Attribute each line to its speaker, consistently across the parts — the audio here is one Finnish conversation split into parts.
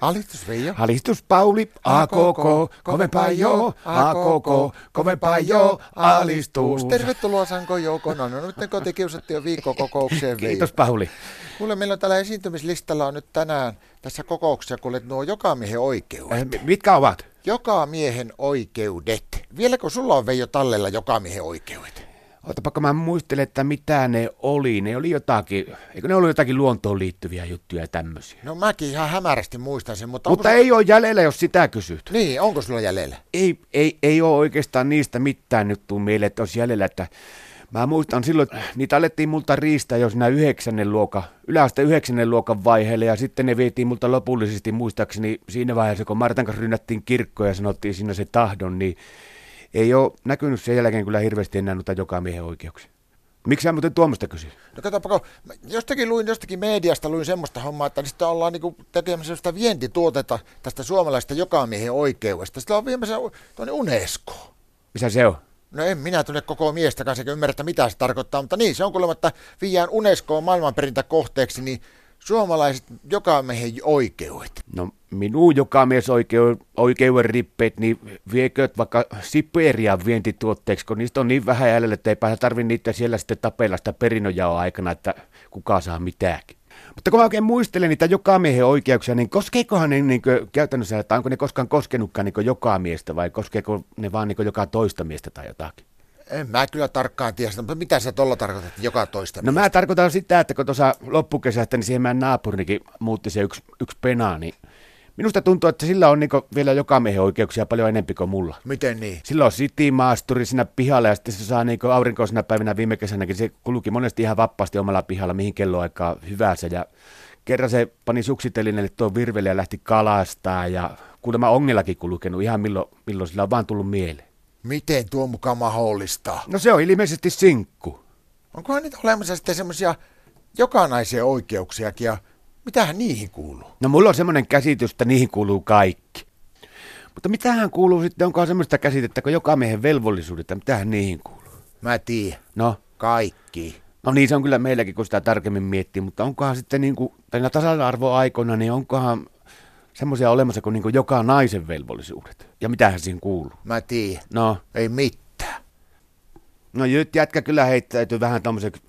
Speaker 1: Alistus Veijo.
Speaker 2: Alistus Pauli, a koko, kovempaa jo, a koko, kovempaa jo, alistus.
Speaker 1: Tervetuloa Sanko Joukona. No nyt ne kotikiusattiin viikkokokoukseen Veijo.
Speaker 2: Kiitos Pauli.
Speaker 1: Kuule, meillä on täällä esiintymislistalla on nyt tänään tässä kokouksessa, kuulet nuo jokamiehen
Speaker 2: Äh,
Speaker 1: oikeudet.
Speaker 2: mi- Mitkä ovat?
Speaker 1: Jokamiehen oikeudet. Vieläkö sulla on Veijo tallella jokamiehen oikeudet?
Speaker 2: Otapa, kun mä muistelen, että mitä ne oli. Ne oli jotakin, eikö ne ollut jotakin luontoon liittyviä juttuja ja tämmöisiä.
Speaker 1: No mäkin ihan hämärästi muistan sen, mutta,
Speaker 2: Mutta
Speaker 1: onko
Speaker 2: ei ole jäljellä, jos sitä kysyt.
Speaker 1: su- Niin, onko sulla jäljellä?
Speaker 2: Ei, ei, ei ole oikeastaan niistä mitään nyt tuu mieleen, että olisi jäljellä, että Mä muistan silloin, että niitä alettiin multa riistää jo siinä yhdeksännen luokan, yläaste yhdeksännen luokan vaiheelle ja sitten ne vietiin multa lopullisesti muistaakseni siinä vaiheessa, kun Martan kanssa rynnättiin kirkkoja ja sanottiin siinä se tahdon, niin ei ole näkynyt sen jälkeen kyllä hirveästi enää noita joka miehen oikeuksia. Miksi sä muuten tuommoista kysyt?
Speaker 1: No katsopa, kun mä jostakin luin, jostakin mediasta luin semmoista hommaa, että sitä ollaan niinku tekemässä sitä vientituotetta tästä suomalaista jokamiehen oikeudesta. Sitä on viemässä tuonne UNESCO.
Speaker 2: Missä se on?
Speaker 1: No en minä tunne koko miestä kanssa, eikä ymmärrä, että mitä se tarkoittaa, mutta niin, se on kuulemma, että viiään UNESCOon maailmanperintäkohteeksi, niin suomalaiset jokamiehen oikeudet.
Speaker 2: No minun joka mies oikeu- oikeuden rippeet, niin viekööt vaikka Siperian vientituotteeksi, kun niistä on niin vähän jäljellä, että eipä tarvi niitä siellä sitten tapella sitä perinnönjaon aikana, että kuka saa mitäkin. Mutta kun mä oikein muistelen niitä joka miehen oikeuksia, niin koskeekohan ne niin käytännössä, että onko ne koskaan koskenutkaan niin joka miestä vai koskeeko ne vaan niin joka toista miestä tai jotakin?
Speaker 1: En mä kyllä tarkkaan tiedä sitä, mutta mitä sä tuolla tarkoitat joka toista?
Speaker 2: No mä tarkoitan sitä, että kun tuossa loppukesästä, niin siihen meidän naapurinikin muutti se yksi, yksi pena, niin minusta tuntuu, että sillä on niin vielä joka miehen oikeuksia paljon enempi kuin mulla.
Speaker 1: Miten niin?
Speaker 2: Sillä on citymaasturi siinä pihalla ja sitten se saa niin aurinkoisena päivinä viime kesänäkin, se kulki monesti ihan vapaasti omalla pihalla, mihin kelloaikaa hyvänsä ja kerran se pani suksitelineelle tuon virvelle ja lähti kalastaa ja kuulemma ongellakin kulkenut ihan milloin, milloin sillä on vaan tullut mieleen.
Speaker 1: Miten tuo mukaan mahdollista?
Speaker 2: No se on ilmeisesti sinkku.
Speaker 1: Onkohan niitä olemassa sitten semmoisia jokanaisia oikeuksiakin ja mitähän niihin kuuluu?
Speaker 2: No mulla on semmoinen käsitys, että niihin kuuluu kaikki. Mutta mitähän kuuluu sitten, onkohan semmoista käsitettä kuin joka miehen velvollisuudet, että mitähän niihin kuuluu?
Speaker 1: Mä tiedän.
Speaker 2: No,
Speaker 1: Kaikki.
Speaker 2: no niin se on kyllä meilläkin, kun sitä tarkemmin miettii, mutta onkohan sitten niin kuin, tänä tasa-arvoaikoina, niin onkohan semmoisia olemassa kuin, niin kuin joka naisen velvollisuudet? Ja mitähän siihen kuuluu?
Speaker 1: Mä tiedän.
Speaker 2: No,
Speaker 1: Ei mitään.
Speaker 2: no nyt jätkä kyllä heittäytyy vähän tommoseksi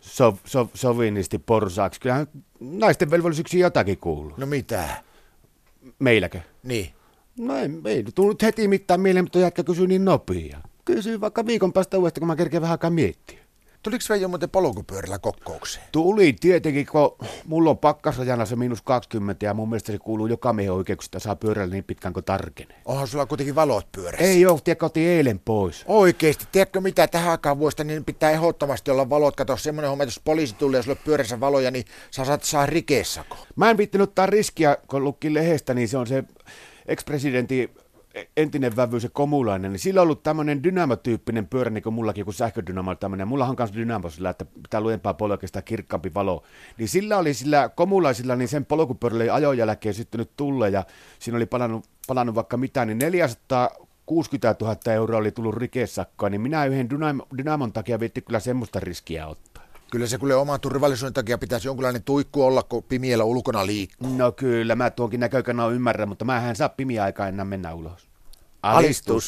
Speaker 2: sov, sov, sovinisti porsaaksi. Kyllähän naisten velvollisuuksiin jotakin kuuluu.
Speaker 1: No mitä?
Speaker 2: Meilläkö?
Speaker 1: Niin.
Speaker 2: No ei, ei nyt tullut heti mitään mieleen, mutta jätkä kysyy niin nopea. Kysy vaikka viikon päästä uudestaan, kun mä kerkeen vähän aikaa miettiä.
Speaker 1: Tuliko Veijo muuten polkupyörällä kokoukseen?
Speaker 2: Tuli tietenkin, kun mulla on pakkasrajana se miinus 20 ja mun mielestä se kuuluu joka miehen oikeuksista saa pyörällä niin pitkään kuin tarkenee.
Speaker 1: Onhan sulla kuitenkin valot pyörässä.
Speaker 2: Ei joo, tie kotiin eilen pois.
Speaker 1: Oikeesti, tiedätkö mitä tähän aikaan vuosta, niin pitää ehdottomasti olla valot. Kato, semmoinen homma, että jos poliisi tulee ja sulle pyörässä valoja, niin sä saat saa rikeessako.
Speaker 2: Mä en viittinyt ottaa riskiä, kun luki lehdestä, niin se on se ex-presidentin entinen vävy, se komulainen, niin sillä on ollut tämmöinen dynamotyyppinen pyörä, niin kuin mullakin, joku sähködynamo tämmöinen. Mulla on kanssa dynamo sillä, että pitää lujempaa polkesta kirkkaampi valo. Niin sillä oli sillä komulaisilla, niin sen polkupyörällä oli ajon jälkeen syttynyt tulle ja siinä oli palannut, palannut vaikka mitään, niin 400 60 000 euroa oli tullut rikesakkoa, niin minä yhden dynam- dynamon takia vietti kyllä semmoista riskiä ottaa.
Speaker 1: Kyllä se kuule oman turvallisuuden takia pitäisi jonkinlainen tuikku olla, kun pimiellä ulkona liikkuu.
Speaker 2: No kyllä, mä tuonkin näkökanaa ymmärrän, mutta mä en saa pimiä aikaa enää mennä ulos.
Speaker 1: Alistus.